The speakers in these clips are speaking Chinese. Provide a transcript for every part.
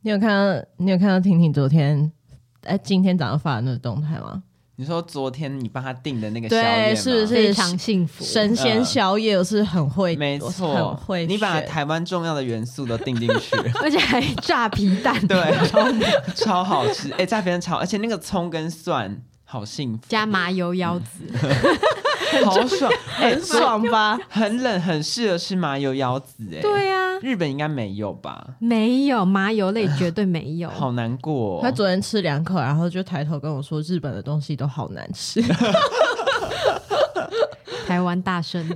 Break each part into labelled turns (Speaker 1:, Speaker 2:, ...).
Speaker 1: 你有看到你有看到婷婷昨天哎今天早上发的那个动态吗？
Speaker 2: 你说昨天你帮他订的那个宵夜
Speaker 1: 对，
Speaker 2: 吗
Speaker 1: 是不呃是
Speaker 3: 非常幸福。
Speaker 1: 神仙宵夜？我是很会，
Speaker 2: 没
Speaker 1: 我是
Speaker 2: 错
Speaker 1: 很，会选。
Speaker 2: 你把台湾重要的元素都订进去，
Speaker 3: 而且还炸皮蛋，
Speaker 2: 对，超好吃。哎、炸别人超，而且那个葱跟蒜好幸福，
Speaker 3: 加麻油腰子，
Speaker 2: 好爽，哎、
Speaker 1: 很爽 吧？
Speaker 2: 很冷，很适合吃麻油腰子、哎，
Speaker 3: 对啊，
Speaker 2: 日本应该没有吧？
Speaker 3: 没有麻油类绝对没有。
Speaker 2: 好难过、
Speaker 1: 他
Speaker 2: 哦，
Speaker 1: 昨天吃两口，然后就抬头跟我说日本的东西都好难吃。
Speaker 3: 台湾大生，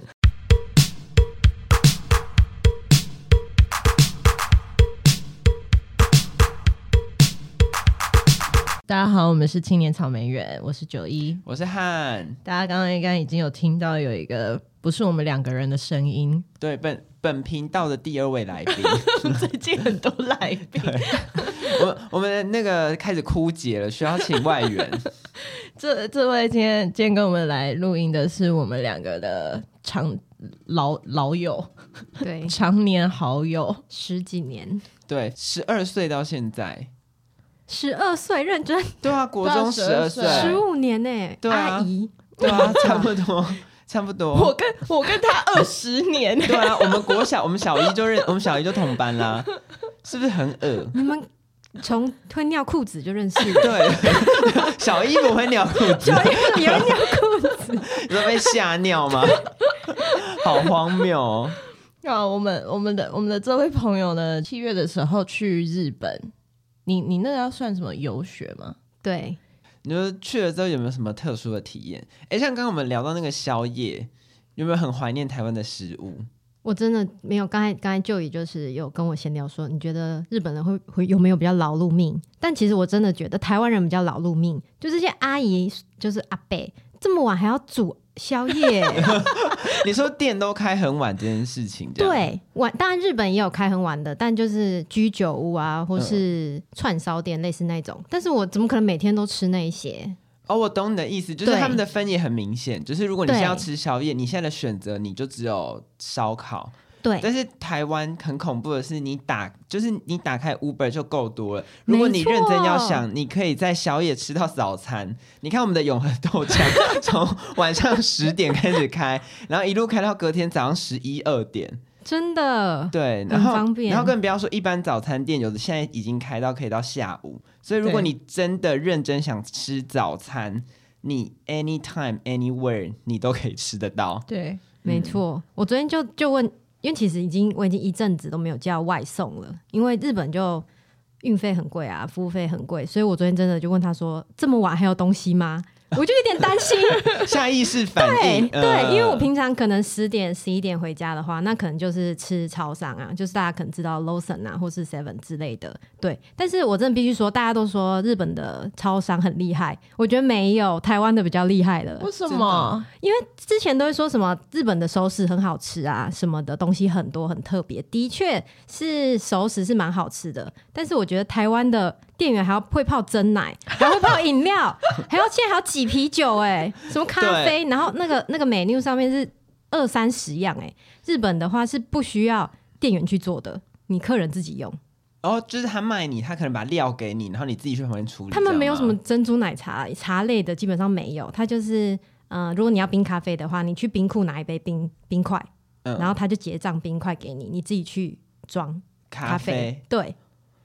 Speaker 1: 大家好，我们是青年草莓园，我是九一。
Speaker 2: 我是汉，
Speaker 1: 大家刚刚应该已经有听到有一个不是我们两个人的声音，
Speaker 2: 对本本频道的第二位来宾，
Speaker 1: 最近很多来宾，
Speaker 2: 我我们的那个开始枯竭了，需要请外援。
Speaker 1: 这这位今天今天跟我们来录音的是我们两个的长老老友，
Speaker 3: 对，
Speaker 1: 常年好友。
Speaker 2: 哦
Speaker 3: 十几年，
Speaker 2: 对，十二岁到现在，
Speaker 3: 十二岁认真
Speaker 2: 对啊，国中十二岁，
Speaker 1: 对
Speaker 3: 十五年呢、
Speaker 2: 对啊
Speaker 3: 阿姨
Speaker 2: 对啊， 差不多，差不
Speaker 1: 我
Speaker 2: 多。
Speaker 1: 跟我跟他二十年，
Speaker 2: 对啊，我们国小，我们小一就认，我们小一就同班啦，是不是很恶？
Speaker 3: 你们从会尿裤子就认识了，
Speaker 2: 对， 小一不会尿裤子，
Speaker 3: 有一尿裤子，
Speaker 2: 你说被吓尿吗？好荒谬哦！
Speaker 1: 啊，我们我们的我们的这位朋友呢，七月的时候去日本，你你那个要算什么游学吗？
Speaker 3: 对，
Speaker 2: 你说去了之后有没有什么特殊的体验？哎，像刚刚我们聊到那个宵夜，有没有很怀念台湾的食物？
Speaker 3: 我真的没有，刚才刚才就也就是有跟我闲聊说，你觉得日本人会会有没有比较劳碌命？但其实我真的觉得台湾人比较劳碌命，就这些阿姨就是阿伯这么晚还要煮宵 夜，
Speaker 2: 你说店都开很晚这件事情，这样，
Speaker 3: 对，晚当然日本也有开很晚的，但就是居酒屋啊，或是串烧店类似那种。但是我怎么可能每天都吃那一些？
Speaker 2: 哦，我懂你的意思，就是
Speaker 3: 对
Speaker 2: 他们的分也很明显，就是如果你现在要
Speaker 3: 对
Speaker 2: 吃宵夜，你现在的选择你就只有烧烤。
Speaker 3: 对，
Speaker 2: 但是台湾很恐怖的是，你打就是你打开 Uber 就够多了。如果你
Speaker 3: 没错
Speaker 2: 认真要想，你可以在宵夜吃到早餐。你看我们的永和豆浆 从晚上十点开始开，然后一路开到隔天早上十一二点。
Speaker 3: 真的
Speaker 2: 对，
Speaker 3: 很
Speaker 2: 然后
Speaker 3: 方便
Speaker 2: 然后更不要说一般早餐店有的现在已经开到可以到下午，所以如果
Speaker 1: 对
Speaker 2: 你真的认真想吃早餐，你 anytime anywhere 你都可以吃得到。
Speaker 1: 对，
Speaker 3: 没错。我昨天就就问，因为其实已经我已经一阵子都没有叫外送了，因为日本就运费很贵啊，服务费很贵，所以我昨天真的就问他说，这么晚还有东西吗？我就有点担心，
Speaker 2: 下意识反
Speaker 3: 对
Speaker 2: 应，
Speaker 3: 对，因为
Speaker 2: 嗯
Speaker 3: 我平常可能十点十一点回家的话，那可能就是吃超商啊，就是大家可能知道 Lawson 啊，或是 Seven 之类的。对，但是我真的必须说，大家都说日本的超商很厉害，我觉得没有台湾的比较厉害了。
Speaker 1: 为什
Speaker 2: 真
Speaker 1: 么
Speaker 2: 的？
Speaker 3: 之前都会说什么日本的熟食很好吃啊，什么的东西很多很特别，的确是熟食是蛮好吃的。但是我觉得台湾的店员还要会泡真奶，还会泡饮料，还要现在还要挤啤酒、欸，什么咖啡，然后那个那个 menu 上面是二三十样、欸，日本的话是不需要店员去做的，你客人自己用。
Speaker 2: 然后就是他卖你，他可能把料给你，然后你自己去旁边处理。
Speaker 3: 他们没有
Speaker 2: 知
Speaker 3: 什
Speaker 2: 道吗
Speaker 3: 么珍珠奶茶茶类的，基本上没有。它就是，呃，如果你要冰咖啡的话，你去冰库拿一杯冰冰块，
Speaker 2: 嗯
Speaker 3: 然后他就结账冰块给你，你自己去装
Speaker 2: 咖啡。
Speaker 3: 对，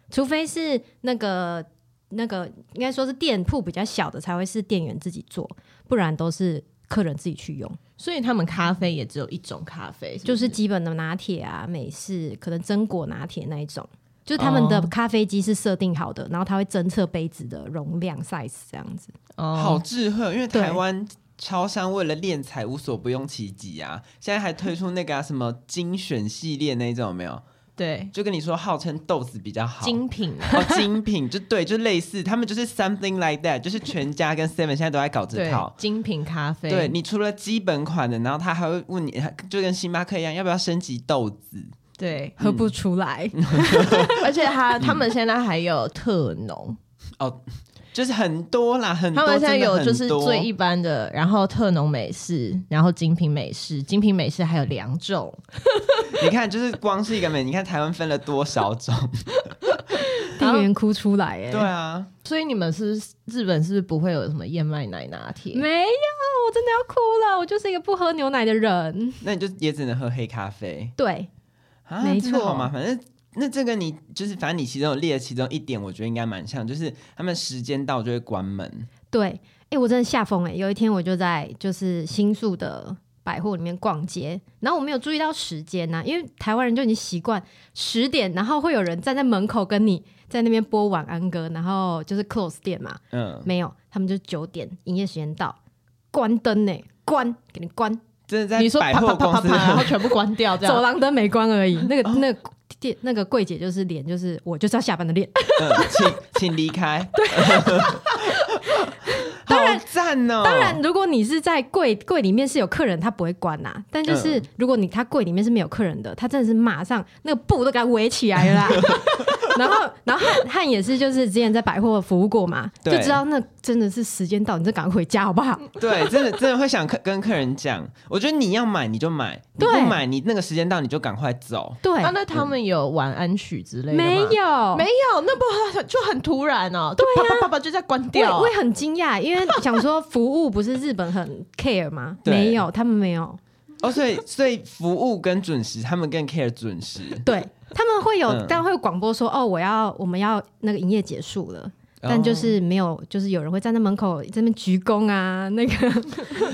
Speaker 3: 除非是那个那个应该说是店铺比较小的才会是店员自己做，不然都是客人自己去用。
Speaker 1: 所以他们咖啡也只有一种咖啡，
Speaker 3: 就是是基本的拿铁啊、美式，可能榛果拿铁那一种。就是他们的
Speaker 1: 哦
Speaker 3: 咖啡机是设定好的，然后它会侦测杯子的容量 size 这样子。
Speaker 2: 嗯好
Speaker 1: 哦，
Speaker 2: 智慧，因为
Speaker 3: 对
Speaker 2: 台湾超商为了敛财无所不用其极啊，现在还推出那个、啊、什么精选系列那一种，有没有？
Speaker 1: 对，
Speaker 2: 就跟你说号称豆子比较好。
Speaker 1: 精品啊
Speaker 2: 哦，精品就对，就类似，他们就是 something like that，就是全 家跟 Seven 现在都在搞这
Speaker 1: 对
Speaker 2: 套，。
Speaker 1: 精品咖啡，
Speaker 2: 对，你除了基本款的，然后他还会问你，就跟星巴克一样，要不要升级豆子？
Speaker 1: 对，
Speaker 3: 喝 不出来，
Speaker 1: 而且他他们现在还有特浓，
Speaker 2: 哦，就是很多啦，很多
Speaker 1: 他们现在
Speaker 2: 真的
Speaker 1: 有
Speaker 2: 很
Speaker 1: 就是
Speaker 2: 多
Speaker 1: 最一般的，然后特浓美式，然后精品美式，精品美式还有两种，
Speaker 2: 你看，就是光是一个美，你看台湾分了多 少种？
Speaker 3: 店员哭出来哎、
Speaker 2: 对啊，
Speaker 1: 所以你们是不是日本是不是不会有什么燕麦奶拿铁？
Speaker 3: 没有，我真的要哭了，我就是一个不喝牛奶的人。
Speaker 2: 那你就也只能喝黑咖啡
Speaker 3: 对，
Speaker 2: 啊，
Speaker 3: 没
Speaker 2: 真的好
Speaker 3: 错
Speaker 2: 麻烦。那那这个你就是，反正你其中有列的其中一点，我觉得应该蛮像，就是他们时间到就会关门。
Speaker 3: 对，哎、我真的吓疯哎！有一天我就在就是新宿的百货里面逛街，然后我没有注意到时间呐、因为台湾人就已经习惯十点，然后会有人站在门口跟你在那边播晚安歌，然后就是 close 店嘛，
Speaker 2: 嗯，
Speaker 3: 没有，他们就九点营业时间到，关灯呢、关给你关，
Speaker 2: 真的在
Speaker 1: 你说
Speaker 2: 百
Speaker 1: 啪啪
Speaker 2: 货
Speaker 1: 啪
Speaker 2: 公
Speaker 1: 啪
Speaker 2: 司
Speaker 1: 啪，然后全部关掉 这
Speaker 3: 走
Speaker 1: 样。哦
Speaker 3: 廊灯没关 而已。那个那个店那个柜姐就是脸，就是我就是要下班的脸。
Speaker 2: 嗯，请请离开。对，
Speaker 3: 当 然
Speaker 2: 好赞哦！
Speaker 3: 当然，，如果你是在柜柜里面是有客人，他不会关呐、啊但就是
Speaker 2: 嗯
Speaker 3: 如果你他柜里面是没有客人的，他真的是马上那个布都给他围起来了啦。然后，然后汉汉也是，就是之前在百货服务过嘛，就
Speaker 2: 对
Speaker 3: 知道那真的是时间到，你就赶快回家好不好？
Speaker 2: 对，真的真的会想客跟客人讲，我觉得你要买你就买，你
Speaker 3: 对
Speaker 2: 不买你那个时间到你就赶快走。
Speaker 3: 对，
Speaker 1: 啊，那他们有晚安曲之类的吗
Speaker 3: 没有，
Speaker 1: 没有，那不很就很突然哦，就啪啪啪啪就在关掉啊
Speaker 3: 我我。也很惊讶，因为想说服务不是日本很 care 吗？
Speaker 2: 对
Speaker 3: 没有，他们没有，
Speaker 2: 哦，所以所以服务跟准时，他们更 care 准时，
Speaker 3: 对他们会有，
Speaker 2: 嗯
Speaker 3: 但会有广播说哦，我要我们要那个营业结束了。但就
Speaker 2: 哦。
Speaker 3: 是没有，就是有人会站在门口这边鞠躬啊，那 个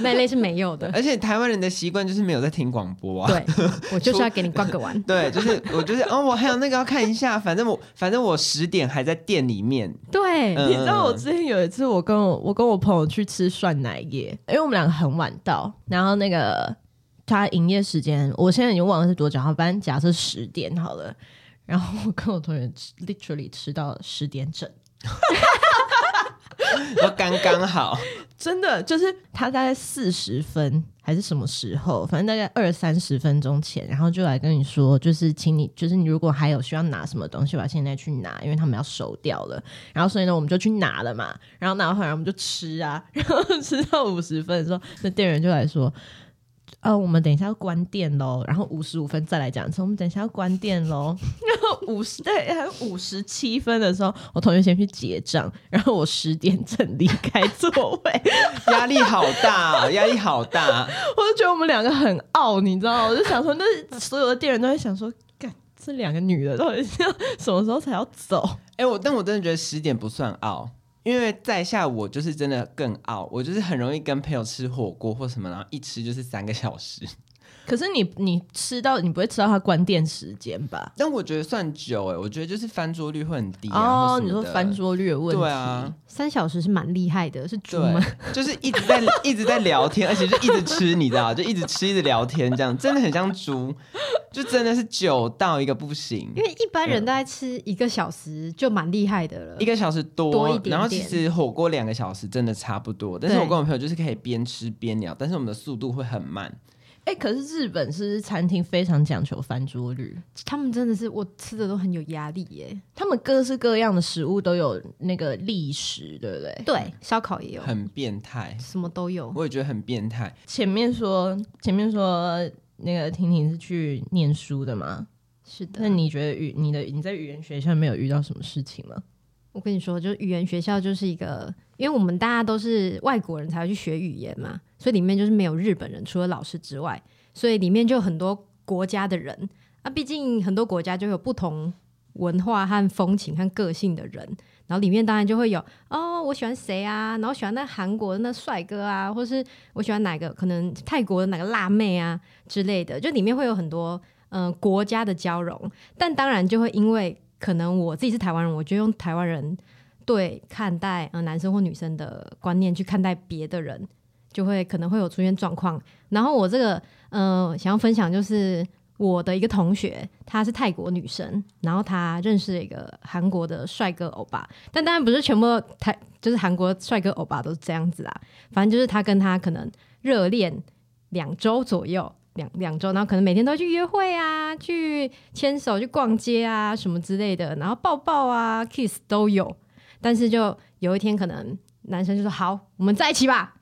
Speaker 3: 那一类是没有的。
Speaker 2: 哦而且台湾人的习惯就是没有在听广播啊，
Speaker 3: 对，我就是要给你逛个完。
Speaker 2: 对，就是我就是哦，我还有那个要看一下，反正我反正我十点还在店里面，
Speaker 3: 对，
Speaker 2: 嗯
Speaker 1: 你知道我之前有一次，我跟我我跟我朋友去吃涮奶业，因为我们两个很晚到，然后那个他营业时间，我现在已经忘了是多久，好反正假设十点好了。然后我跟我同学吃 literally 吃到十点整，
Speaker 2: 然后刚刚好，
Speaker 1: 真的就是他大概四十分还是什么时候，反正大概二三十分钟前，然后就来跟你说，就是请你，就是你如果还有需要拿什么东西，我要现在去拿，因为他们要收掉了。然后所以呢，我们就去拿了嘛，然后拿回来我们就吃啊， 然后吃到五十分的时候，那店员就来说。呃，我们等一下要关店喽，然后五十五分再来讲一次。我们等一下要关店喽，然后 五十对，还有五十七分的时候，我同学先去结账，然后我十点整离开座位，
Speaker 2: 压力好大、哦，压力好大，
Speaker 1: 我就觉得我们两个很傲，你知道吗？我就想说，那所有的店员都在想说，干这两个女的到底是要什么时候才要走？
Speaker 2: 哎、我但我真的觉得十点不算傲，因为在下我就是真的更傲，我就是很容易跟朋友吃火锅或什么，然后一吃就是三个小时。
Speaker 1: 可是你你吃到你不会吃到他关店时间吧？
Speaker 2: 但我觉得算久哎、我觉得就是翻桌率会很低、啊。
Speaker 1: 哦
Speaker 2: 或，什
Speaker 1: 你
Speaker 2: 么
Speaker 1: 说
Speaker 2: 的
Speaker 1: 翻桌率的问题，
Speaker 2: 对啊，
Speaker 3: 三小时是蛮厉害的，是猪吗？
Speaker 2: 对，就是一直在一直在聊天，而且就一直吃，你知道，就一直吃一直聊天，这样真的很像猪，就真的是久到一个不行
Speaker 3: 因。为一般人大概吃一个小时就蛮厉害的了
Speaker 2: 嗯一。个小时多，
Speaker 3: 多一点点
Speaker 2: 然后其实火锅两个小时真的差不多，但是
Speaker 3: 对
Speaker 2: 我跟我朋友就是可以边吃边聊，但是我们的速度会很慢。
Speaker 1: 哎、可是日本是不是餐厅非常讲求翻桌率，
Speaker 3: 他们真的是我吃的都很有压力耶。
Speaker 1: 他们各式各样的食物都有那个历史，对不对？
Speaker 3: 对，烧烤也有，
Speaker 2: 哎很变态，
Speaker 3: 什么都有。
Speaker 2: 我也觉得很变态。
Speaker 1: 前面说前面说那个婷婷是去念书的嘛，
Speaker 3: 是的
Speaker 1: 那，你觉得语你的你在语言学校没有遇到什么事情吗？
Speaker 3: 我跟你说，就是语言学校就是一个，因为我们大家都是外国人才会去学语言嘛，所以里面就是没有日本人，除了老师之外，所以里面就有很多国家的人啊，毕竟很多国家就有不同文化和风情和个性的人，然后里面当然就会有哦，我喜欢谁啊，然后喜欢那韩国的那帅哥啊，或是我喜欢哪个可能泰国的哪个辣妹啊之类的，就里面会有很多嗯、呃国家的交融，但当然就会因为可能我自己是台湾人，我就用台湾人对看待呃男生或女生的观念去看待别的人，就会可能会有出现状况。然后我这个呃想要分享就是我的一个同学，她是泰国女生，然后她认识了一个韩国的帅哥欧巴，但当然不是全部台就是韩国帅哥欧巴都是这样子啊，反正就是她跟他可能热恋两周左右。两两周，然后可能每天都去约会啊，去牵手、去逛街啊，什么之类的，然后抱抱啊、kiss 都有。但是就有一天可能男生就说好，我们在一起吧，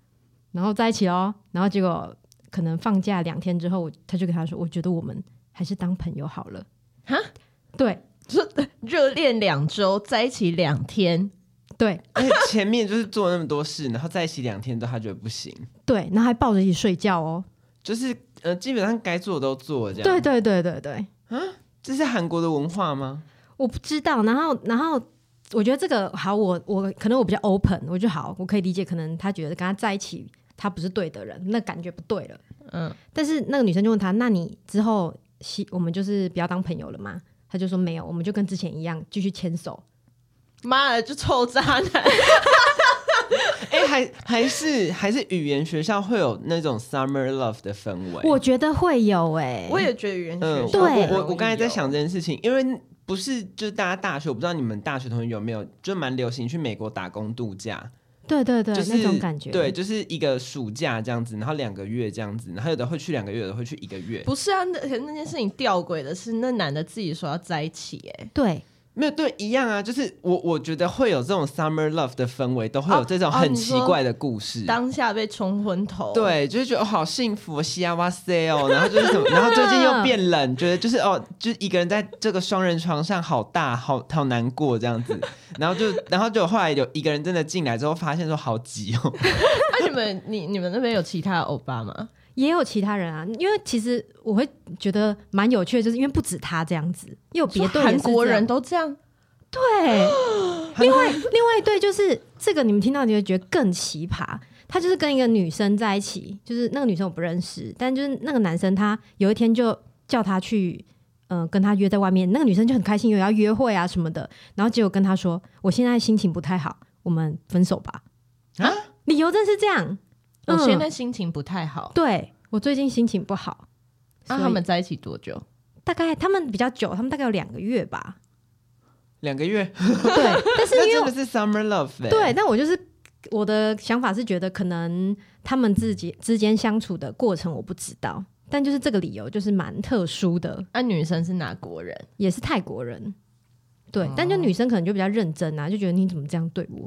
Speaker 3: 然后在一起哦，然后结果可能放假两天之后，我他就跟他说，我觉得我们还是当朋友好了。
Speaker 1: 哈，
Speaker 3: 对
Speaker 1: 热恋两周，在一起两天，
Speaker 3: 对
Speaker 2: 而且前面就是做那么多事，然后在一起两天都他觉得不行，
Speaker 3: 对，然后还抱着一起睡觉哦。
Speaker 2: 就是呃基本上该做的都做了这样。
Speaker 3: 对，对对对对，
Speaker 2: 这是韩国的文化吗？
Speaker 3: 我不知道。然后，然后我觉得这个好，我我可能我比较 open，我就好，我可以理解，可能他觉得跟他在一起他不是对的人，那感觉不对了。
Speaker 1: 嗯，
Speaker 3: 但是那个女生就问他，那你之后希我们就是不要当朋友了吗？他就说没有，我们就跟之前一样继续牵手。
Speaker 1: 妈的，就臭渣男！
Speaker 2: 哎、还还是还是语言学校会有那种 summer love 的氛围。
Speaker 3: 我觉得会有哎、
Speaker 1: 我也觉得语言
Speaker 2: 嗯，
Speaker 1: 学
Speaker 2: 我
Speaker 1: 校
Speaker 3: 对
Speaker 1: 很容易哦
Speaker 2: 我我我刚才在
Speaker 1: 有
Speaker 2: 想这件事情，因为不是就是大家大学，我不知道你们大学同学有没有，就蛮流行去美国打工度假，
Speaker 3: 对对对，
Speaker 2: 就是
Speaker 3: 那种感觉。
Speaker 2: 对，就是一个暑假这样子，然后两个月这样子，然后有的会去两个月，有的会去一个月。
Speaker 1: 不是啊，那那件事情吊诡的是，那男的自己说要在一起、哎，
Speaker 3: 对
Speaker 2: 没有对，一样啊，就是我我觉得会有这种 summer love 的氛围，都会有
Speaker 1: 哦
Speaker 2: 这种
Speaker 1: 哦
Speaker 2: 很
Speaker 1: 你
Speaker 2: 奇
Speaker 1: 说
Speaker 2: 怪的故事。
Speaker 1: 当下被冲昏头，，
Speaker 2: 对，就是觉得、哦、好幸福，西啊哇 塞哦，然后就是
Speaker 1: 啊
Speaker 2: 什么，然后最近又变冷，觉得就是哦，就是一个人在这个双人床上好大，好好难过这样子，然后就然后就后来有一个人真的进来之后，发现说好挤哦，
Speaker 1: 那、你们你你们那边有其他的欧巴吗？
Speaker 3: 也有其他人啊，因为其实我会觉得蛮有趣的，就是因为不止他这样子，因
Speaker 2: 哦
Speaker 3: 为有别
Speaker 1: 说
Speaker 3: 队也
Speaker 1: 韩
Speaker 3: 是
Speaker 1: 国
Speaker 3: 这样
Speaker 1: 人都这样，
Speaker 3: 对，另外另外一对就是这个，你们听到你会觉得更奇葩。他就是跟一个女生在一起，就是那个女生我不认识，但就是那个男生他有一天就叫她去，嗯、跟他约在外面。那个女生就很开心，有要约会啊什么的，然后结果跟他说：“我现在心情不太好，我们分手吧。”
Speaker 2: 啊
Speaker 3: 啊，理由真是这样。
Speaker 1: 我现
Speaker 3: 嗯
Speaker 1: 在心情不太好。
Speaker 3: 对我最近心情不好，
Speaker 1: 那、
Speaker 3: 所以
Speaker 1: 他们在一起多久？
Speaker 3: 大概他们比较久，他们大概有两个月吧。
Speaker 2: 两个月，
Speaker 3: 对，但是 因
Speaker 2: 那
Speaker 3: 为
Speaker 2: 真的是 summer love 哎、
Speaker 3: 对，但我就是我的想法是觉得，可能他们自己之间相处的过程我不知道，但就是这个理由就是蛮特殊的，
Speaker 1: 那、啊女生是哪国人？
Speaker 3: 也是泰国人。对，但就女生可能就比较认真啊，就觉得你怎么这样对我，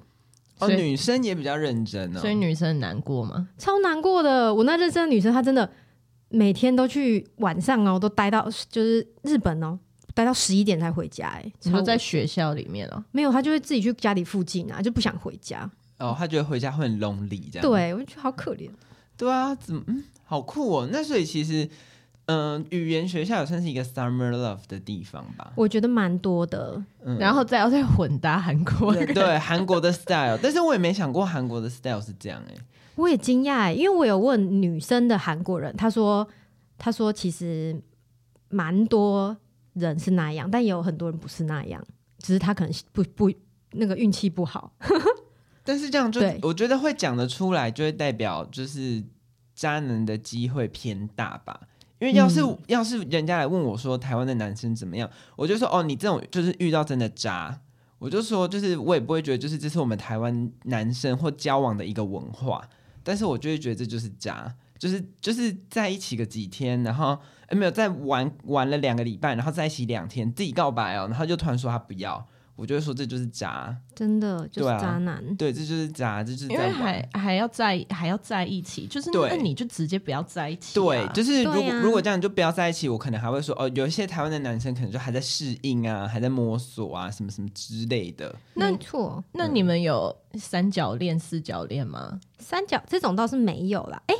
Speaker 2: 哦，
Speaker 1: 所以
Speaker 2: 女生也比较认真哦，
Speaker 1: 所以女生很难过吗？
Speaker 3: 超难过的。我那认真的女生，她真的每天都去晚上哦，都待到就是日本哦，待到十一点才回家、欸。
Speaker 1: 你说
Speaker 3: 哎，后
Speaker 1: 在学校里面哦、
Speaker 3: 没有，她就会自己去家里附近啊，就不想回家。
Speaker 2: 哦，她觉得回家会很 lonely 这样，
Speaker 3: 对，我就觉得好可怜。
Speaker 2: 对啊，怎么嗯，好酷哦，那所以其实。嗯，语言学校也算是一个 summer love 的地方吧。
Speaker 3: 我觉得蛮多的，
Speaker 2: 嗯，
Speaker 1: 然后再要再混搭韩国人，
Speaker 2: 对韩国的 style，但是我也没想过韩国的 style 是这样哎、
Speaker 3: 我也惊讶欸，因为我有问女生的韩国人，她说，她说其实蛮多人是那样，但也有很多人不是那样，只是她可能是不不那个运气不好。
Speaker 2: 但是这样就
Speaker 3: 对
Speaker 2: 我觉得会讲得出来，就会代表就是渣男的机会偏大吧。因为要是、
Speaker 3: 嗯
Speaker 2: 要是人家来问我说台湾的男生怎么样，我就说哦，你这种就是遇到真的渣，我就说就是我也不会觉得就是这是我们台湾男生或交往的一个文化，但是我就会觉得这就是渣，就是就是在一起个几天，然后、呃没有再玩玩了两个礼拜，然后在一起两天自己告白哦，然后就突然说他不要，我就会说这就是渣，
Speaker 3: 真的就是
Speaker 2: 对啊
Speaker 3: 渣男，
Speaker 2: 对，这就是渣，这就是
Speaker 1: 因
Speaker 2: 在
Speaker 1: 为
Speaker 2: 玩。
Speaker 1: 还还要在还要在一起，就是那
Speaker 2: 对
Speaker 1: 那你就直接不要在一起啊、
Speaker 2: 对，就是如
Speaker 3: 对
Speaker 2: 果、
Speaker 3: 啊
Speaker 2: 如果这样就不要在一起，我可能还会说哦，有一些台湾的男生可能就还在适应啊，还在摸索啊，什么什么之类的。
Speaker 1: 那
Speaker 3: 没错，
Speaker 1: 那你们有三角恋、四角恋吗？
Speaker 3: 三角这种倒是没有啦。哎、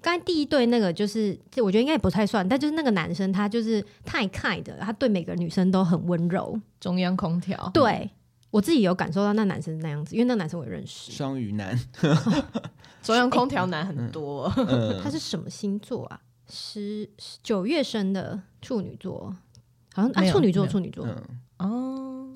Speaker 3: 刚才第一对那个就是，这我觉得应该也不太算，但就是那个男生他就是太 kind 了，他对每个女生都很温柔。
Speaker 1: 中央空调，
Speaker 3: 对我自己有感受到那男生是那样子，因为那个男生我也认识，
Speaker 2: 双鱼男，
Speaker 1: 中央空调男很多，
Speaker 2: 嗯
Speaker 3: 他，是什么星座啊？十十九月生的处女座，好像啊
Speaker 1: 没有
Speaker 3: 处女座
Speaker 1: 没有
Speaker 3: 处女座、
Speaker 2: 嗯，
Speaker 1: 哦，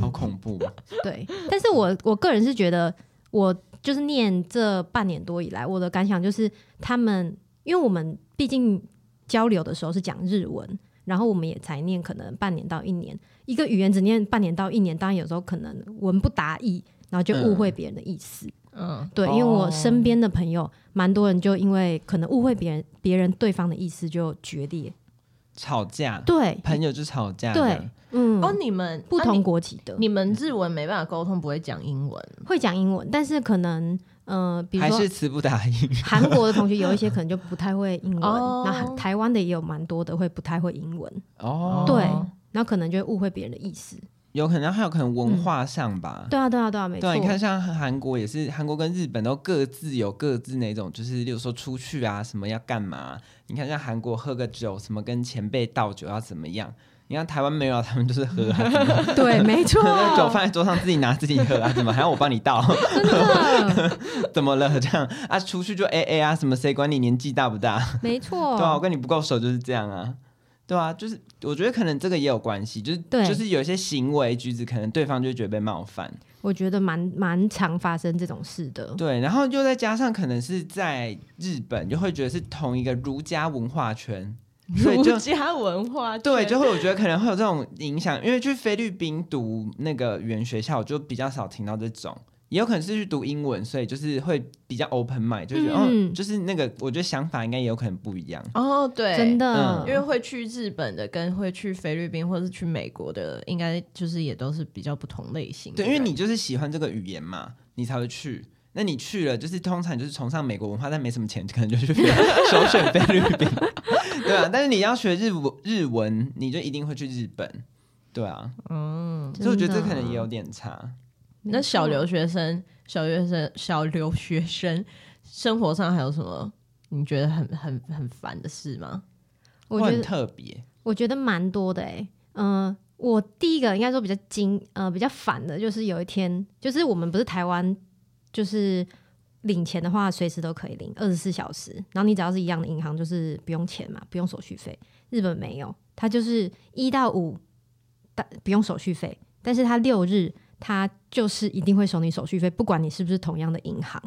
Speaker 2: 好恐怖啊！
Speaker 3: 对。但是我我个人是觉得，我就是念这半年多以来，我的感想就是，他们因为我们毕竟交流的时候是讲日文，然后我们也才念可能半年到一年，一个语言只念半年到一年，当然有时候可能文不达意，然后就误会别人的意思。
Speaker 1: 嗯，
Speaker 3: 对，因为
Speaker 2: 哦
Speaker 3: 我身边的朋友蛮多人就因为可能误会别人别人对方的意思就决裂。
Speaker 2: 吵架，
Speaker 3: 对
Speaker 2: 朋友就吵架，
Speaker 3: 对，，嗯，
Speaker 1: 哦，你们
Speaker 3: 不
Speaker 1: 啊
Speaker 3: 同
Speaker 1: 你
Speaker 3: 国籍的
Speaker 1: 你们日文没办法沟通，不会讲英文，
Speaker 3: 会讲英文，但是可能呃，比如
Speaker 2: 还
Speaker 3: 说
Speaker 2: 是词不达意。
Speaker 3: 韩国的同学有一些可能就不太会 英文，
Speaker 1: 哦
Speaker 3: 那韩台湾的也有蛮多的会不太会英文，
Speaker 2: 哦，
Speaker 3: 对，然后可能就会误会别人的意思。
Speaker 2: 有可能还有可能
Speaker 3: 嗯
Speaker 2: 文化上吧。
Speaker 3: 对啊，对啊，对啊，没
Speaker 2: 嗯对
Speaker 3: 错
Speaker 2: 啊，。你看，像韩国也是，韩国跟日本都各自有各自那种，就是例如说出去啊，什么要干嘛？你看，像韩国喝个酒，什么跟前辈倒酒要怎么样？你看台湾没有啊，他们就是喝、啊， 怎么 样
Speaker 3: 对，没错，
Speaker 2: 那酒放在桌上自己拿自己喝啊，怎么还要我帮你倒？
Speaker 3: 真的，
Speaker 2: 怎么了？这样啊，出去就 A A 啊，什么谁管你年纪大不大？
Speaker 3: 没 错，
Speaker 2: 对啊，我跟你不够熟就是这样啊。对啊，就是我觉得可能这个也有关系，就是
Speaker 3: 对
Speaker 2: 就是有一些行为举止，可能对方就会觉得被冒犯。
Speaker 3: 我觉得蛮蛮常发生这种事的。
Speaker 2: 对，然后又再加上可能是在日本，就会觉得是同一个儒家文化圈，所 以
Speaker 1: 儒
Speaker 2: 就
Speaker 1: 家文化圈
Speaker 2: 对，就会我觉得可能会有这种影响。因为去菲律宾读那个语言学校，我就比较少听到这种，也有可能是去读英文，所以就是会比较 open mind，就觉得嗯、
Speaker 3: 嗯
Speaker 2: 就是那个我觉得想法应该也有可能不一样。
Speaker 1: 哦，对，
Speaker 3: 真
Speaker 2: 嗯
Speaker 3: 的，
Speaker 1: 因为会去日本的，跟会去菲律宾或是去美国的，应该就是也都是比较不同类型的
Speaker 2: 对，
Speaker 1: 人。
Speaker 2: 因为你就是喜欢这个语言嘛，你才会去。那你去了，就是通常就是崇尚美国文化，但没什么钱，可能就 去首选菲律宾， 对啊。但是你要学日文，日文你就一定会去日本，对啊。
Speaker 1: 嗯，
Speaker 2: 所以我觉得这可能也有
Speaker 3: 真的
Speaker 2: 点差。
Speaker 1: 那小
Speaker 3: 没错
Speaker 1: 留学生、小学生、小留学生生活上还有什么你觉得很很很烦的事吗？
Speaker 2: 会
Speaker 3: 我觉
Speaker 2: 很
Speaker 3: 得
Speaker 2: 特别
Speaker 3: 我觉得蛮多的哎、嗯、我第一个应该说比较惊呃比较烦的就是有一天，就是我们不是台湾就是。领钱的话，随时都可以领，二十四小时。然后你只要是一样的银行，就是不用钱嘛，不用手续费。日本没有，它就是一到五，但不用手续费，但是它六日它就是一定会收你手续费，不管你是不是同样的银行。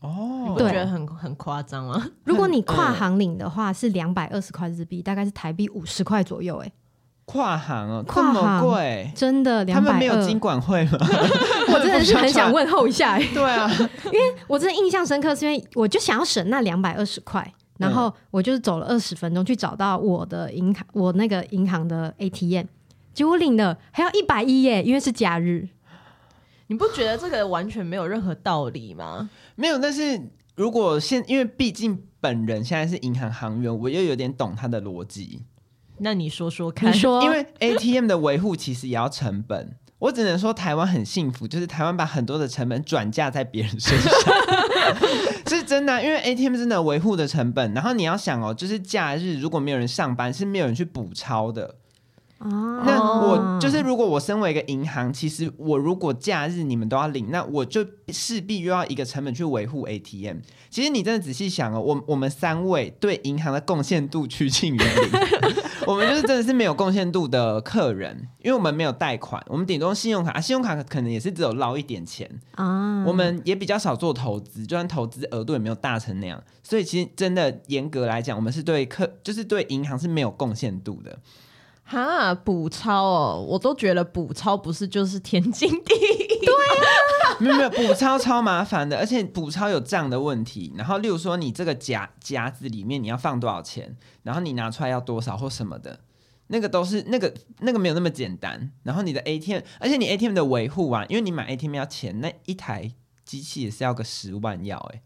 Speaker 2: 哦
Speaker 1: 你不
Speaker 3: 对
Speaker 1: 觉得很很夸张吗？
Speaker 3: 如果你
Speaker 2: 嗯
Speaker 3: 跨行领的话，是两百二十块日币，大概是台币五十块左右、欸。
Speaker 2: 跨行哦，这
Speaker 3: 跨
Speaker 2: 么
Speaker 3: 行
Speaker 2: 贵，
Speaker 3: 真
Speaker 2: 他
Speaker 3: 的两
Speaker 2: 们
Speaker 3: 百
Speaker 2: 没有
Speaker 3: 二
Speaker 2: 经。管会吗？
Speaker 3: 我真的是很想
Speaker 2: 问，
Speaker 3: 问候一下、欸，
Speaker 2: 对啊，
Speaker 3: 我真的印象深刻，是因为我就想要省那两百二十块，然后我就是走了二十分钟去找到我的银行，我那个银行的 ATM，结果领了还要一百一耶，因为是假日。
Speaker 1: 你不觉得这个完全没有任何道理吗？
Speaker 2: 没有，但是如果现因为毕竟本人现在是银行行员，我又有点懂他的逻辑，
Speaker 1: 那你说说看，
Speaker 3: 你说，
Speaker 2: 因为 ATM 的维护其实也要成本。 我只能说台湾很幸福，就是台湾把很多的成本转嫁在别人身上，是真的啊、因为 ATM 真的有维护的成本，然后你要想哦，就是假日如果没有人上班，是没有人去补钞的。
Speaker 3: 啊，
Speaker 2: 那
Speaker 1: 哦
Speaker 2: 我就是，如果我身为一个银行，其实我如果假日你们都要领，那我就势必又要一个成本去维护 ATM。其实你真的仔细想哦，我我们三位对银行的贡献度趋近于零， 我们就是真的是没有贡献度的客人，因为我们没有贷款，我们顶多信用卡、啊信用卡可能也是只有捞一点钱，
Speaker 3: 啊，
Speaker 2: 我们也比较少做投资，就算投资额度也没有大成那样，所以其实真的严格来讲，我们是对客就是对银行是没有贡献度的。
Speaker 1: 哈，补抄哦，我都觉得补抄不是就是天经地义。
Speaker 2: 没有没有，补钞超麻烦的，而且补钞有这样的问题。然后，例如说你这个夹夹子里面你要放多少钱，然后你拿出来要多少或什么的，那个都是那个那个没有那么简单。然后你的 ATM，而且你 ATM 的维护啊，因为你买 ATM 要钱，那一台机器也是要个十万要哎、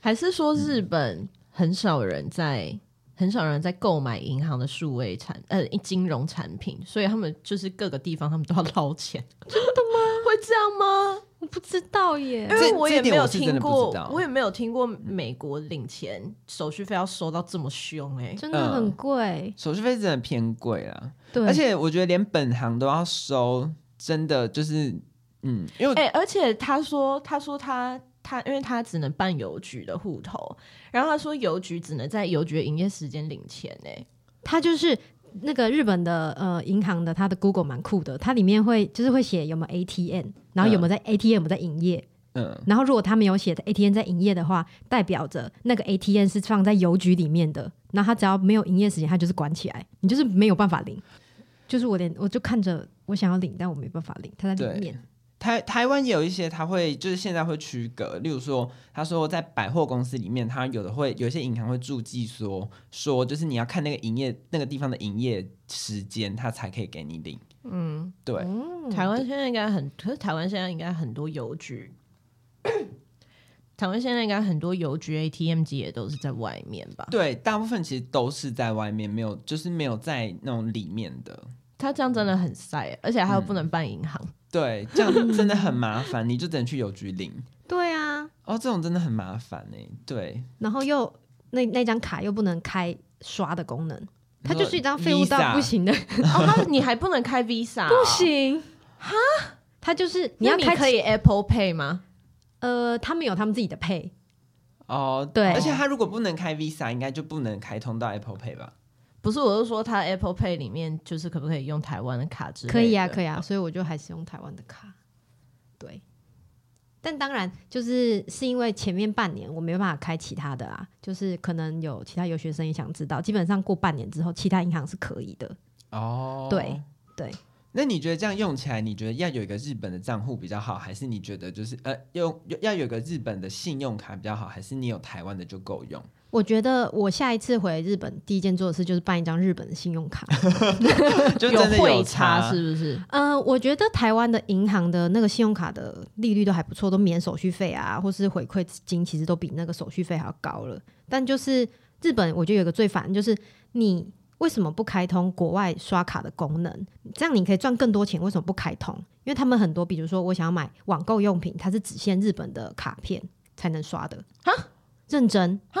Speaker 1: 还是说日本很少人在很少人在购买银行的数位产呃金融产品，所以他们就是各个地方他们都要捞钱，真的吗？会这样吗？
Speaker 3: 我不知道耶
Speaker 1: 因，为
Speaker 2: 这
Speaker 1: 我也
Speaker 2: 这点
Speaker 1: 没有
Speaker 2: 我是真
Speaker 1: 听
Speaker 2: 的不
Speaker 1: 过
Speaker 2: 知道，
Speaker 1: 我也没有听过美国领钱手续费要收到这么凶哎、
Speaker 3: 真的很贵，
Speaker 2: 手续费真的偏贵啦，
Speaker 3: 对，
Speaker 2: 而且我觉得连本行都要收，真的就是嗯，因为我
Speaker 1: 哎、而且他说，他说他他，因为他只能办邮局的户头，然后他说邮局只能在邮局的营业时间领钱哎、
Speaker 3: 它就是那个日本的呃银行的，它的 Google 蛮酷的，它里面会就是会写有没有 ATM，然后有没有在 ATM 有没有在营业，
Speaker 2: 嗯。
Speaker 3: 然后如果他没有写的 ATM 在营业的话，代表着那个 ATM 是放在邮局里面的，那它只要没有营业时间，它就是关起来，你就是没有办法领，就是我连我就看着我想要领，但我没办法领，它在里面，
Speaker 2: 台台湾也有一些，他会就是现在会区隔，例如说，他说在百货公司里面，他有的会有一些银行会注记说，说就是你要看那个营业那个地方的营业时间，他才可以给你领。嗯，对，
Speaker 3: 哦
Speaker 1: 台湾现在应该很，可是台湾现在应该很多邮局，台湾现在应该很多邮局 ATM 机也都是在外面吧？
Speaker 2: 对，大部分其实都是在外面，没有就是没有在那种里面的。
Speaker 1: 他这样真的很晒，欸而且还有
Speaker 2: 嗯
Speaker 1: 不能办银行。
Speaker 2: 对，这样真的很麻烦，你就只能去邮局领。
Speaker 3: 对啊，
Speaker 2: 哦，这种真的很麻烦哎、对，
Speaker 3: 然后又那那张卡又不能开刷的功能，它就是一张废物到
Speaker 2: Visa
Speaker 3: 不行的，
Speaker 1: 哦，他你还不能开 Visa，、啊
Speaker 3: 不，行哈，它就是
Speaker 1: 你
Speaker 3: 你
Speaker 1: 要
Speaker 3: 要
Speaker 1: 你
Speaker 3: 开
Speaker 1: 可以 Apple Pay 吗？
Speaker 3: 呃，他们有他们自己的配，
Speaker 2: 哦，
Speaker 3: 对
Speaker 2: 而且他如果不能开 Visa，应该就不能开通到 Apple Pay 吧？
Speaker 1: 不是，我是说他 Apple Pay 里面就是可不可以用台湾的卡之类
Speaker 3: 可以啊，可
Speaker 1: 以。
Speaker 3: 以啊，所以我就还是用台湾的卡。对，但当然就是是因为前面半年我没办法开其他的啊，就是可能有其他留学生也想知道，基本上过半年之后，其他银行是可以的。
Speaker 2: 哦，
Speaker 3: 对对。
Speaker 2: 那你觉得这样用起来，你觉得要有一个日本的账户比较好，还是你觉得就是呃用要有一个日本的信用卡比较好，还是你有台湾的就够 用？
Speaker 3: 我觉得我下一次回日本，第一件做的事就是办一张日本的信用卡。
Speaker 2: 就
Speaker 1: 有
Speaker 2: 真的
Speaker 1: 汇
Speaker 2: 差
Speaker 1: 差是不是？
Speaker 3: 呃，我觉得台湾的银行的那个信用卡的利率都还不错，都免手续费啊，或是回馈金，其实都比那个手续费还要高了。但就是日本，我觉得有个最烦就是你为什么不开通国外刷卡的功能？这样你可以赚更多钱，为什么不开通？因为他们很多，比如说我想要买网购用品，它是只限日本的卡片才能刷的
Speaker 1: 哈，
Speaker 3: 认真哈，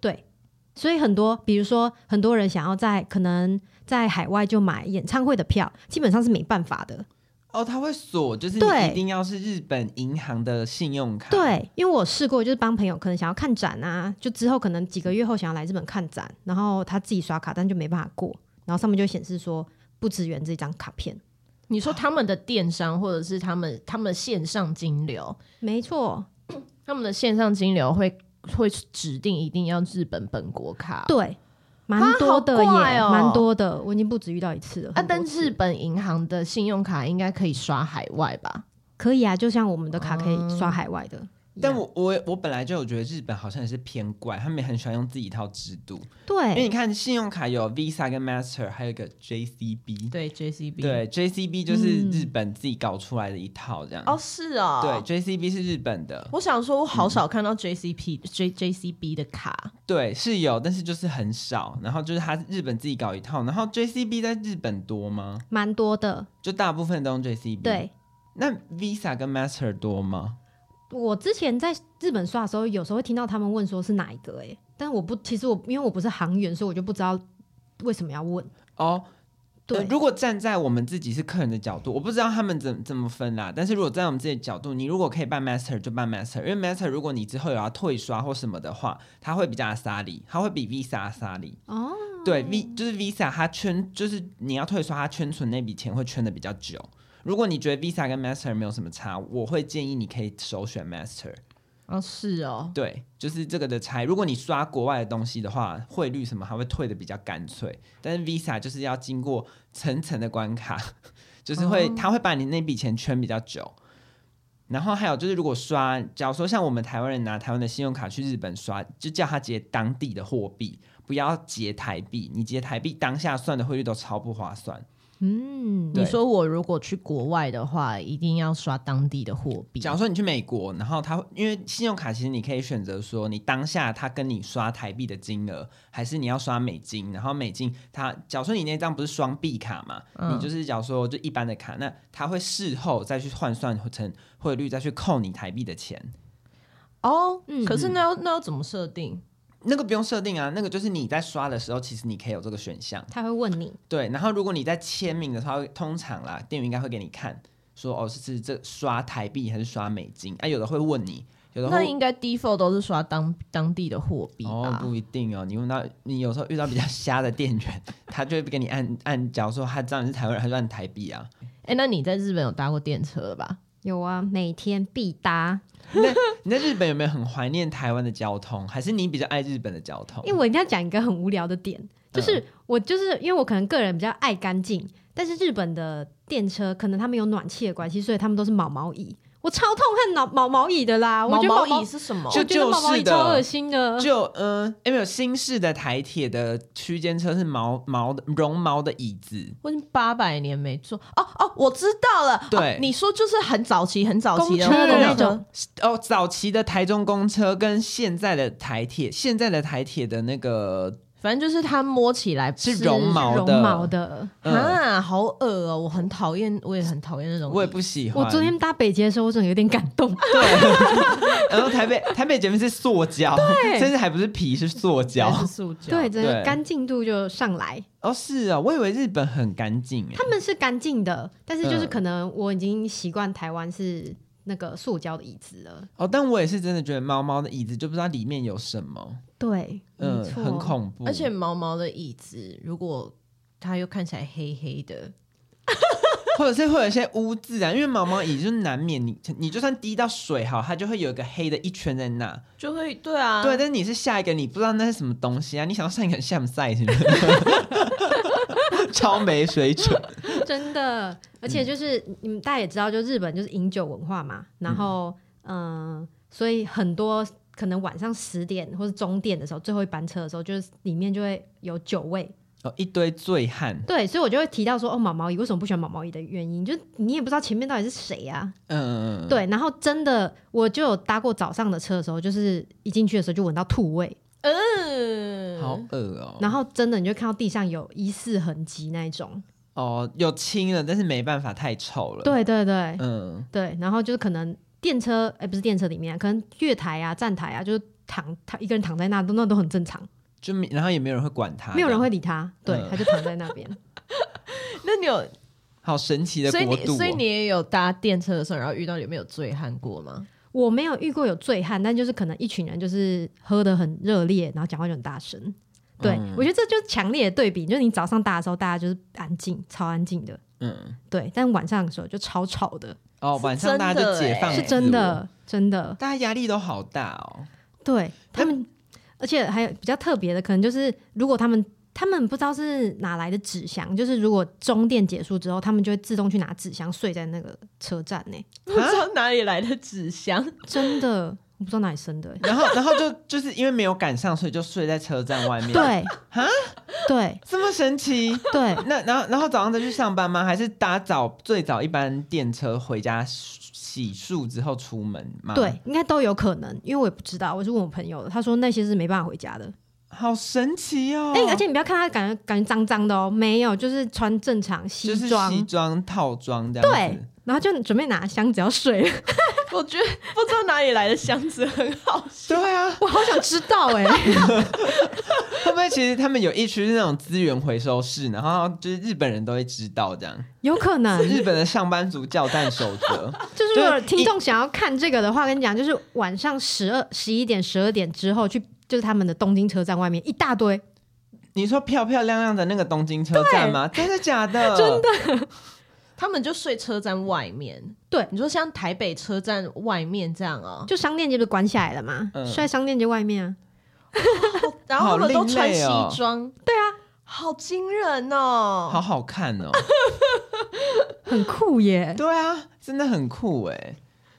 Speaker 3: 对。所以很多，比如说很多人想要在可能在海外就买演唱会的票，基本上是没办法的。
Speaker 2: 哦，他会锁，就是
Speaker 3: 对
Speaker 2: 你一定要是日本银行的信用
Speaker 1: 啊
Speaker 2: 卡。，
Speaker 3: 对，因为我试过，就是帮朋友可能想要看展啊，就之后可能几个月后想要来日本看展，然后他自己刷卡，但就没办法过，然后上面就显示说不支援这张卡片。
Speaker 1: 你说他们的电商或者是他们他们的线上金流，
Speaker 3: 没错，
Speaker 1: 他们的线上金流会会指定一定要日本本国卡。
Speaker 3: 对，蛮
Speaker 1: 啊
Speaker 3: 多的耶，
Speaker 1: 好怪哦
Speaker 3: 蛮、多的，我已经不止遇到一次了。
Speaker 1: 啊，
Speaker 3: 很多
Speaker 1: 但
Speaker 3: 次
Speaker 1: 日本银行的信用卡应该可以刷海外吧？
Speaker 3: 可以啊，就像我们的卡可以刷海外的
Speaker 1: 啊
Speaker 3: 一样。
Speaker 2: 但我我我本来就有觉得日本好像也是偏怪，他们也很喜欢用自己一套制度。因为
Speaker 3: 对
Speaker 2: 你看信用卡有 Visa 跟 Master，还有一个 JCB。
Speaker 1: 对，JCB。
Speaker 2: 对，JCB 就是
Speaker 3: 嗯
Speaker 2: 日本自己搞出来的一套这样。
Speaker 1: 哦，是哦。
Speaker 2: 对，，JCB 是日本的，
Speaker 1: 我想说，我好少看到 JCP、J JCB 的卡，
Speaker 2: 对，是有，但是就是很少。然后就是他日本自己搞一套，然后 JCB 在日本多吗？
Speaker 3: 蛮多的，
Speaker 2: 就大部分都用 JCB。，
Speaker 3: 对。
Speaker 2: 那 Visa 跟 Master 多吗？
Speaker 3: 我之前在日本刷的时候，有时候会听到他们问说是哪一个、欸，但我不，其实我因为我不是行员，所以我就不知道为什么要问。
Speaker 2: 哦，
Speaker 3: 对，
Speaker 2: 呃如果站在我们自己是客人的角度，我不知道他们怎怎么分啦。但是如果站在我们自己的角度，你如果可以办 master 就办 master，因为 master 如果你之后有要退刷或什么的话，它会比较阿萨里，它会比 visa 阿萨里。
Speaker 3: 哦，
Speaker 2: 对 v 就是 visa 它圈就是你要退刷，它圈存那笔钱会圈的比较久。如果你觉得 visa 跟 master 没有什么差，我会建议你可以首选 master。
Speaker 1: 哦，是哦，
Speaker 2: 对，就是这个的差异。如果你刷国外的东西的话，汇率什么还会退的比较干脆，但是 Visa 就是要经过层层的关卡，就是会、
Speaker 1: 哦
Speaker 2: 它会把你那笔钱圈比较久。然后还有就是，如果刷，假如说像我们台湾人拿台湾的信用卡去日本刷，就叫他结当地的货币，不要结台币。你结台币当下算的汇率都超不划算，
Speaker 3: 嗯，
Speaker 2: 对
Speaker 1: 你说我如果去国外的话，一定要刷当地的货币。
Speaker 2: 假如说你去美国，然后他会因为信用卡，其实你可以选择说你当下他跟你刷台币的金额，还是你要刷美金，然后美金他假如说你那张不是双币卡嘛，
Speaker 1: 嗯
Speaker 2: 你就是假如说就一般的卡，那他会事后再去换算成汇率，再去扣你台币的钱。
Speaker 1: 哦，
Speaker 3: 嗯
Speaker 1: 可是那要那要怎么设定？
Speaker 2: 那个不用设定啊，那个就是你在刷的时候，其实你可以有这个选项。
Speaker 3: 他会问你，
Speaker 2: 对，然后如果你在签名的时候，通常啦，店员应该会给你看说哦是是这刷台币还是刷美金啊，有的会问你，有的
Speaker 1: 那
Speaker 2: 会
Speaker 1: 应该 default 都是刷当当地的货币
Speaker 2: 哦，
Speaker 1: 吧？
Speaker 2: 不一定哦。你问到你有时候遇到比较瞎的店员， 他就会给你按按，假如说他知道你是台湾人，他就按台币啊。
Speaker 1: 哎、那你在日本有搭过电车了吧？
Speaker 3: 有啊，每天必搭，
Speaker 2: 你在日本有没有很怀念台湾的交通，还是你比较爱日本的交通？嗯
Speaker 3: 因为我一定要讲一个很无聊的点，就是我就是因为我可能个人比较爱干净，但是日本的电车可能他们有暖气的关系，所以他们都是毛毛椅。我超痛恨毛毛毛椅的啦，啊我
Speaker 1: 毛
Speaker 3: 觉得毛
Speaker 1: 毛椅是什么？
Speaker 3: 我觉得毛毛
Speaker 2: 就
Speaker 3: 椅
Speaker 2: 是的
Speaker 3: 超恶心的。
Speaker 2: 就嗯，因为有新式的台铁的区间车是毛毛的绒毛的椅子，
Speaker 1: 我已经八百年没坐哦哦，我知道了。
Speaker 2: 对
Speaker 1: 哦你说就是很早期、很早期的
Speaker 3: 公车
Speaker 2: 的
Speaker 1: 那
Speaker 2: 那
Speaker 1: 种
Speaker 3: 种，
Speaker 2: 哦，早期的台中公车跟现在的台铁，现在的台铁的那个
Speaker 1: 反正就是它摸起来
Speaker 2: 是
Speaker 1: 是
Speaker 2: 绒毛的
Speaker 3: 绒毛的，
Speaker 2: 嗯
Speaker 1: 啊，好恶哦、我很讨厌，我也很讨厌那种椅。
Speaker 2: 我也不喜欢。
Speaker 3: 我昨天搭北捷的时候，我真的有点感动。
Speaker 2: 对，然后台北台北捷运是塑胶，甚至还不是皮是塑胶
Speaker 1: 还。是塑胶。
Speaker 3: 对，真的
Speaker 2: 对
Speaker 3: 干净度就上来。
Speaker 2: 哦，是啊，我以为日本很干净欸诶
Speaker 3: 他。们是干净的，但是就是
Speaker 2: 嗯
Speaker 3: 可能我已经习惯台湾是那个塑胶的椅子了。
Speaker 2: 哦，但我也是真的觉得猫猫的椅子就不知道里面有什么，
Speaker 3: 对，
Speaker 2: 嗯
Speaker 3: 没，错，
Speaker 2: 很恐怖。
Speaker 1: 而且毛毛的椅子，如果它又看起来黑黑的，
Speaker 2: 或者是会有一些污渍啊，因为毛毛椅就是难免你你就算滴到水好，它就会有一个黑的一圈在那。
Speaker 1: 就会对啊，
Speaker 2: 对，但是你是下一个，你不知道那是什么东西啊，你想要上一个下不赛是不是？ 超没水准。
Speaker 3: 真的。而且就是你们大家也知道，就日本就是饮酒文化嘛，然后嗯、呃所以很多可能晚上十点或是中点的时候，最后一班车的时候，就是里面就会有酒味。
Speaker 2: 哦，一堆醉汉，
Speaker 3: 对，所以我就会提到说，哦，毛毛椅为什么不喜欢毛毛椅的原因，就是你也不知道前面到底是谁啊。
Speaker 2: 嗯，
Speaker 3: 对，然后真的，我就有搭过早上的车的时候，就是一进去的时候就闻到吐味，
Speaker 1: 嗯，
Speaker 2: 好恶哦。
Speaker 3: 然后真的你就看到地上有疑似痕迹那一种。
Speaker 2: 哦，有清了，但是没办法，太臭了。，
Speaker 3: 对对对、
Speaker 2: 嗯，
Speaker 3: 对，然后就是可能电车，哎、不是电车里面啊、可能月台啊、站台啊，就是躺他一个人躺在那都那都很正常，
Speaker 2: 就没然后也没有人会管他，
Speaker 3: 没有人
Speaker 2: 这
Speaker 3: 会
Speaker 2: 样，
Speaker 3: 理他，对，
Speaker 2: 嗯
Speaker 3: 他就躺在那边。
Speaker 1: 那你有，
Speaker 2: 好神奇的
Speaker 1: 所以
Speaker 2: 国
Speaker 1: 你
Speaker 2: 度、哦。
Speaker 1: 所以你也有搭电车的时候，然后遇到有没有醉汉过吗？
Speaker 3: 我没有遇过有醉汉，但就是可能一群人就是喝得很热烈，然后讲话就很大声。对、
Speaker 2: 嗯
Speaker 3: 我觉得这就是强烈的对比，就是你早上搭的时候大家就是安静，超安静的，
Speaker 2: 嗯，
Speaker 3: 对，但晚上的时候就超吵的，
Speaker 2: 哦，
Speaker 1: 是
Speaker 2: 晚上大家
Speaker 1: 真
Speaker 2: 就
Speaker 1: 的
Speaker 2: 解
Speaker 1: 欸
Speaker 2: 放，
Speaker 3: 是真，的，真的，
Speaker 2: 大家压力都好大哦。
Speaker 3: 对他们，而且还有比较特别的，可能就是如果他们他们不知道是哪来的纸箱，就是如果终电结束之后，他们就会自动去拿纸箱睡在那个车站呢、
Speaker 1: 不知道哪里来的纸箱，
Speaker 3: 真的，我不知道哪里生 的欸、
Speaker 2: 然后，然后就就是因为没有赶上，所以就睡在车站外面。，
Speaker 3: 对，对
Speaker 2: 这么神奇。
Speaker 3: 对，
Speaker 2: 那然后然后早上再去上班吗？还是搭早最早一班电车回家洗洗漱之后出门吗？
Speaker 3: 对，，应该都有可能，因为我也不知道，我是问我朋友的，他说那些是没办法回家的。
Speaker 2: 好神奇哦！
Speaker 3: 哎、而且你不要看他感觉感觉脏脏的哦，没有，就是穿正常西
Speaker 2: 就是
Speaker 3: 装，
Speaker 2: 西装套装这样
Speaker 3: 对
Speaker 2: 子。，
Speaker 3: 然后就准备拿箱子要睡了。
Speaker 1: 我觉得不知道哪里来的箱子很好笑。
Speaker 2: 对啊，
Speaker 3: 我好想知道哎、
Speaker 2: 会不会其实他们有一区是那种资源回收室，然后就是日本人都会知道这样？
Speaker 3: 有可能，
Speaker 2: 日本的上班族叫战守则，
Speaker 3: 就是如
Speaker 2: 就
Speaker 3: 果
Speaker 2: 是
Speaker 3: 听众想要看这个的话，跟你讲，就是晚上十二、十一点、十二点之后去，就是他们的东京车站外面一大堆，
Speaker 2: 你说漂漂亮亮的那个东京车站吗？真的假 的？真的。
Speaker 1: 他们就睡车站外面。
Speaker 3: 对
Speaker 1: 你说像台北车站外面这样哦、
Speaker 3: 就商店街不是关起来了嘛，
Speaker 2: 嗯
Speaker 3: 睡在商店街外面啊。
Speaker 1: 然后他们都
Speaker 2: 好另类
Speaker 1: 穿西
Speaker 2: 哦
Speaker 1: 装。对啊，好惊人哦、
Speaker 2: 好好看 哦。
Speaker 3: 很酷耶！
Speaker 2: 对啊，真的很酷哎。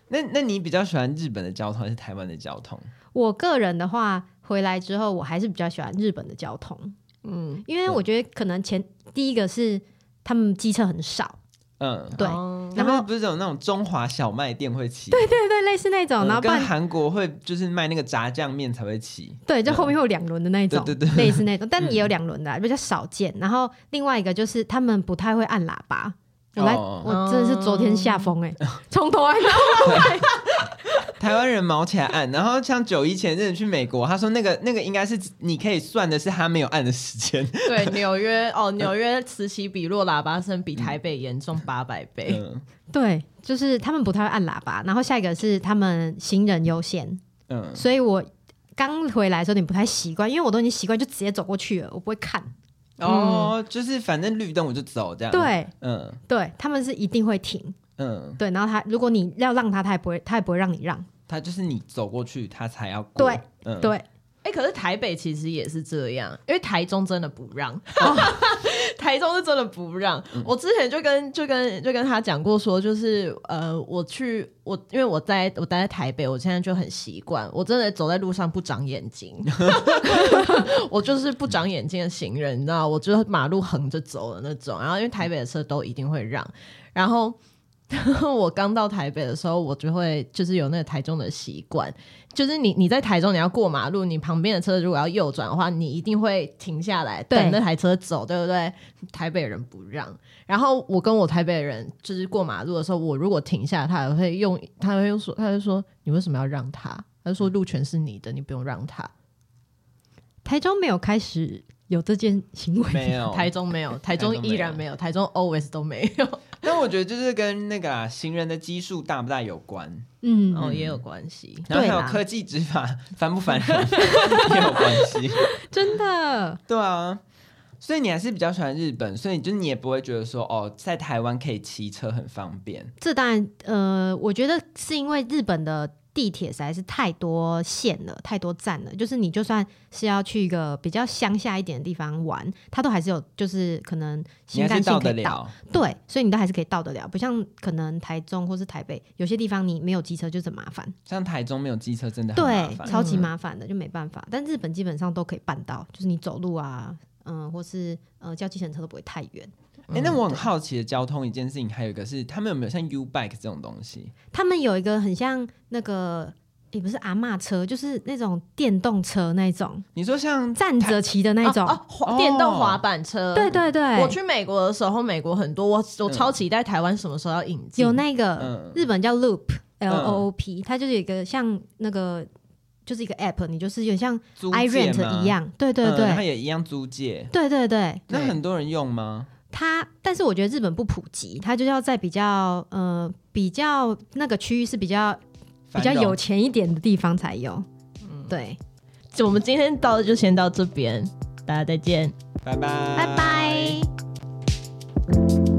Speaker 2: 那那你比较喜欢日本的交通还是台湾的交通？
Speaker 3: 我个人的话，回来之后我还是比较喜欢日本的交通，
Speaker 1: 嗯，
Speaker 3: 因为我觉得可能前第一个是他们机车很少，
Speaker 2: 嗯，
Speaker 3: 对
Speaker 1: 哦
Speaker 2: 然
Speaker 3: 然
Speaker 2: 后
Speaker 3: 后
Speaker 2: 不是有那种中华小卖店会骑，对对，
Speaker 3: 对对，类似那种，然后不
Speaker 2: 跟
Speaker 3: 然
Speaker 2: 韩国会就是卖那个炸酱面才会骑，
Speaker 3: 对，就后面会有两轮的那种，
Speaker 2: 对对对
Speaker 3: 类似那种，但也有两轮的啊、比较少见。然后另外一个就是他们不太会按喇叭。我来
Speaker 2: 哦
Speaker 3: 我真的是昨天下风哎、 从头按到
Speaker 2: 台湾人毛起来按。然后像九一前阵子去美国，他说那个那个应该是你可以算的是他没有按的时间，
Speaker 1: 对，纽约哦，纽约此起彼落，喇叭声比台北严重八百倍。
Speaker 2: 嗯
Speaker 3: 对，就是他们不太会按喇叭。然后下一个是他们行人优先，
Speaker 2: 嗯，
Speaker 3: 所以我刚回来的时候有点不太习惯，因为我都已经习惯就直接走过去了，我不会看。
Speaker 2: 哦，就是反正绿灯我就走这样，，
Speaker 3: 嗯对
Speaker 2: 嗯
Speaker 3: 对，他们是一定会停。
Speaker 2: 嗯，
Speaker 3: 对，然后他如果你要让他，他也不会，他也不会让你让。
Speaker 2: 他就是你走过去他才要过，
Speaker 3: 对，
Speaker 2: 嗯，
Speaker 3: 对，
Speaker 1: 哎、可是台北其实也是这样，因为台中真的不让，台中是真的不让。我之前就跟就跟就跟他讲过说，就是呃，我去我因为我在我待在台北，我现在就很习惯，我真的走在路上不长眼睛，我就是不长眼睛的行人，你知道，我就是马路横着走的那种。然后因为台北的车都一定会让，然后。 然后我刚到台北的时候，我就会就是有那个台中的习惯，就是你你在台中你要过马路，你旁边的车如果要右转的话，你一定会停下来
Speaker 3: 对
Speaker 1: 等那台车走，对不对？台北人不让。然后我跟我台北人就是过马路的时候，我如果停下来，他还会用他会用说，他就说你为什么要让他？他就说路权是你的，你不用让他。
Speaker 3: 台中没有开始有这件行为，
Speaker 2: 没 有
Speaker 1: 台中没 有，台
Speaker 2: 哦中
Speaker 1: 中
Speaker 2: 没有
Speaker 1: 依然没有，台中 always 都没有。
Speaker 2: 但我觉得就是跟那个啊行人的基数大不大有关，
Speaker 3: 嗯，
Speaker 1: 哦，也有关系。
Speaker 2: 然后还
Speaker 3: 对
Speaker 2: 有
Speaker 3: 啦
Speaker 2: 科技执法 烦不烦人 也有关系。
Speaker 3: 真的，
Speaker 2: 对啊，所以你还是比较喜欢日本，所以就你也不会觉得说哦，在台湾可以骑车很方便。
Speaker 3: 这当然，呃，我觉得是因为日本的地铁实在是太多线了，太多站了。就是你就算是要去一个比较乡下一点的地方玩，它都还是有，就是可能
Speaker 2: 你
Speaker 3: 新
Speaker 2: 还
Speaker 3: 干
Speaker 2: 是
Speaker 3: 线
Speaker 2: 到
Speaker 3: 可
Speaker 2: 得
Speaker 3: 以到，
Speaker 2: 了，
Speaker 3: 对，所以你都还是可以到得了。不像可能台中或是台北，有些地方你没有机车就是很麻烦，
Speaker 2: 像台中没有机车真的很麻
Speaker 3: 对，
Speaker 2: 烦。
Speaker 3: 超级麻烦的，就没办法。但日本基本上都可以办到，就是你走路啊，嗯、或是呃叫计程车都不会太远。
Speaker 2: 哎、那
Speaker 3: 嗯
Speaker 2: 我很好奇的交通一件事情，还有一个是他们有没有像 U Bike 这种东西？
Speaker 3: 他们有一个很像那个，也不是阿嬷车，就是那种电动车那种
Speaker 2: 你说像
Speaker 3: 站着骑的那种。
Speaker 1: 哦，滑
Speaker 2: 哦
Speaker 1: 电动滑板车，
Speaker 3: 对对对，
Speaker 1: 我去美国的时候，美国很多，我我超期待台湾什么时候要引进。
Speaker 3: 有那个、
Speaker 2: 嗯
Speaker 3: 日本叫 Loop L O O P，、它就是有一个像那个就是一个 app，你就是有点像
Speaker 2: 租
Speaker 3: i
Speaker 2: 借
Speaker 3: rent
Speaker 2: 吗
Speaker 3: 一，样，对对
Speaker 2: 嗯
Speaker 3: 对、
Speaker 2: 它也一样租借。
Speaker 3: 对对对，
Speaker 2: 那很多人用吗？
Speaker 3: 它，但是我觉得日本不普及，它就是要在比较呃比较那个区域是比较比较
Speaker 2: 繁荣嗯
Speaker 3: 有钱一点的地方才有，对，
Speaker 1: 我们今天到就先到这边，大家再见。
Speaker 2: 拜拜，
Speaker 3: 拜拜。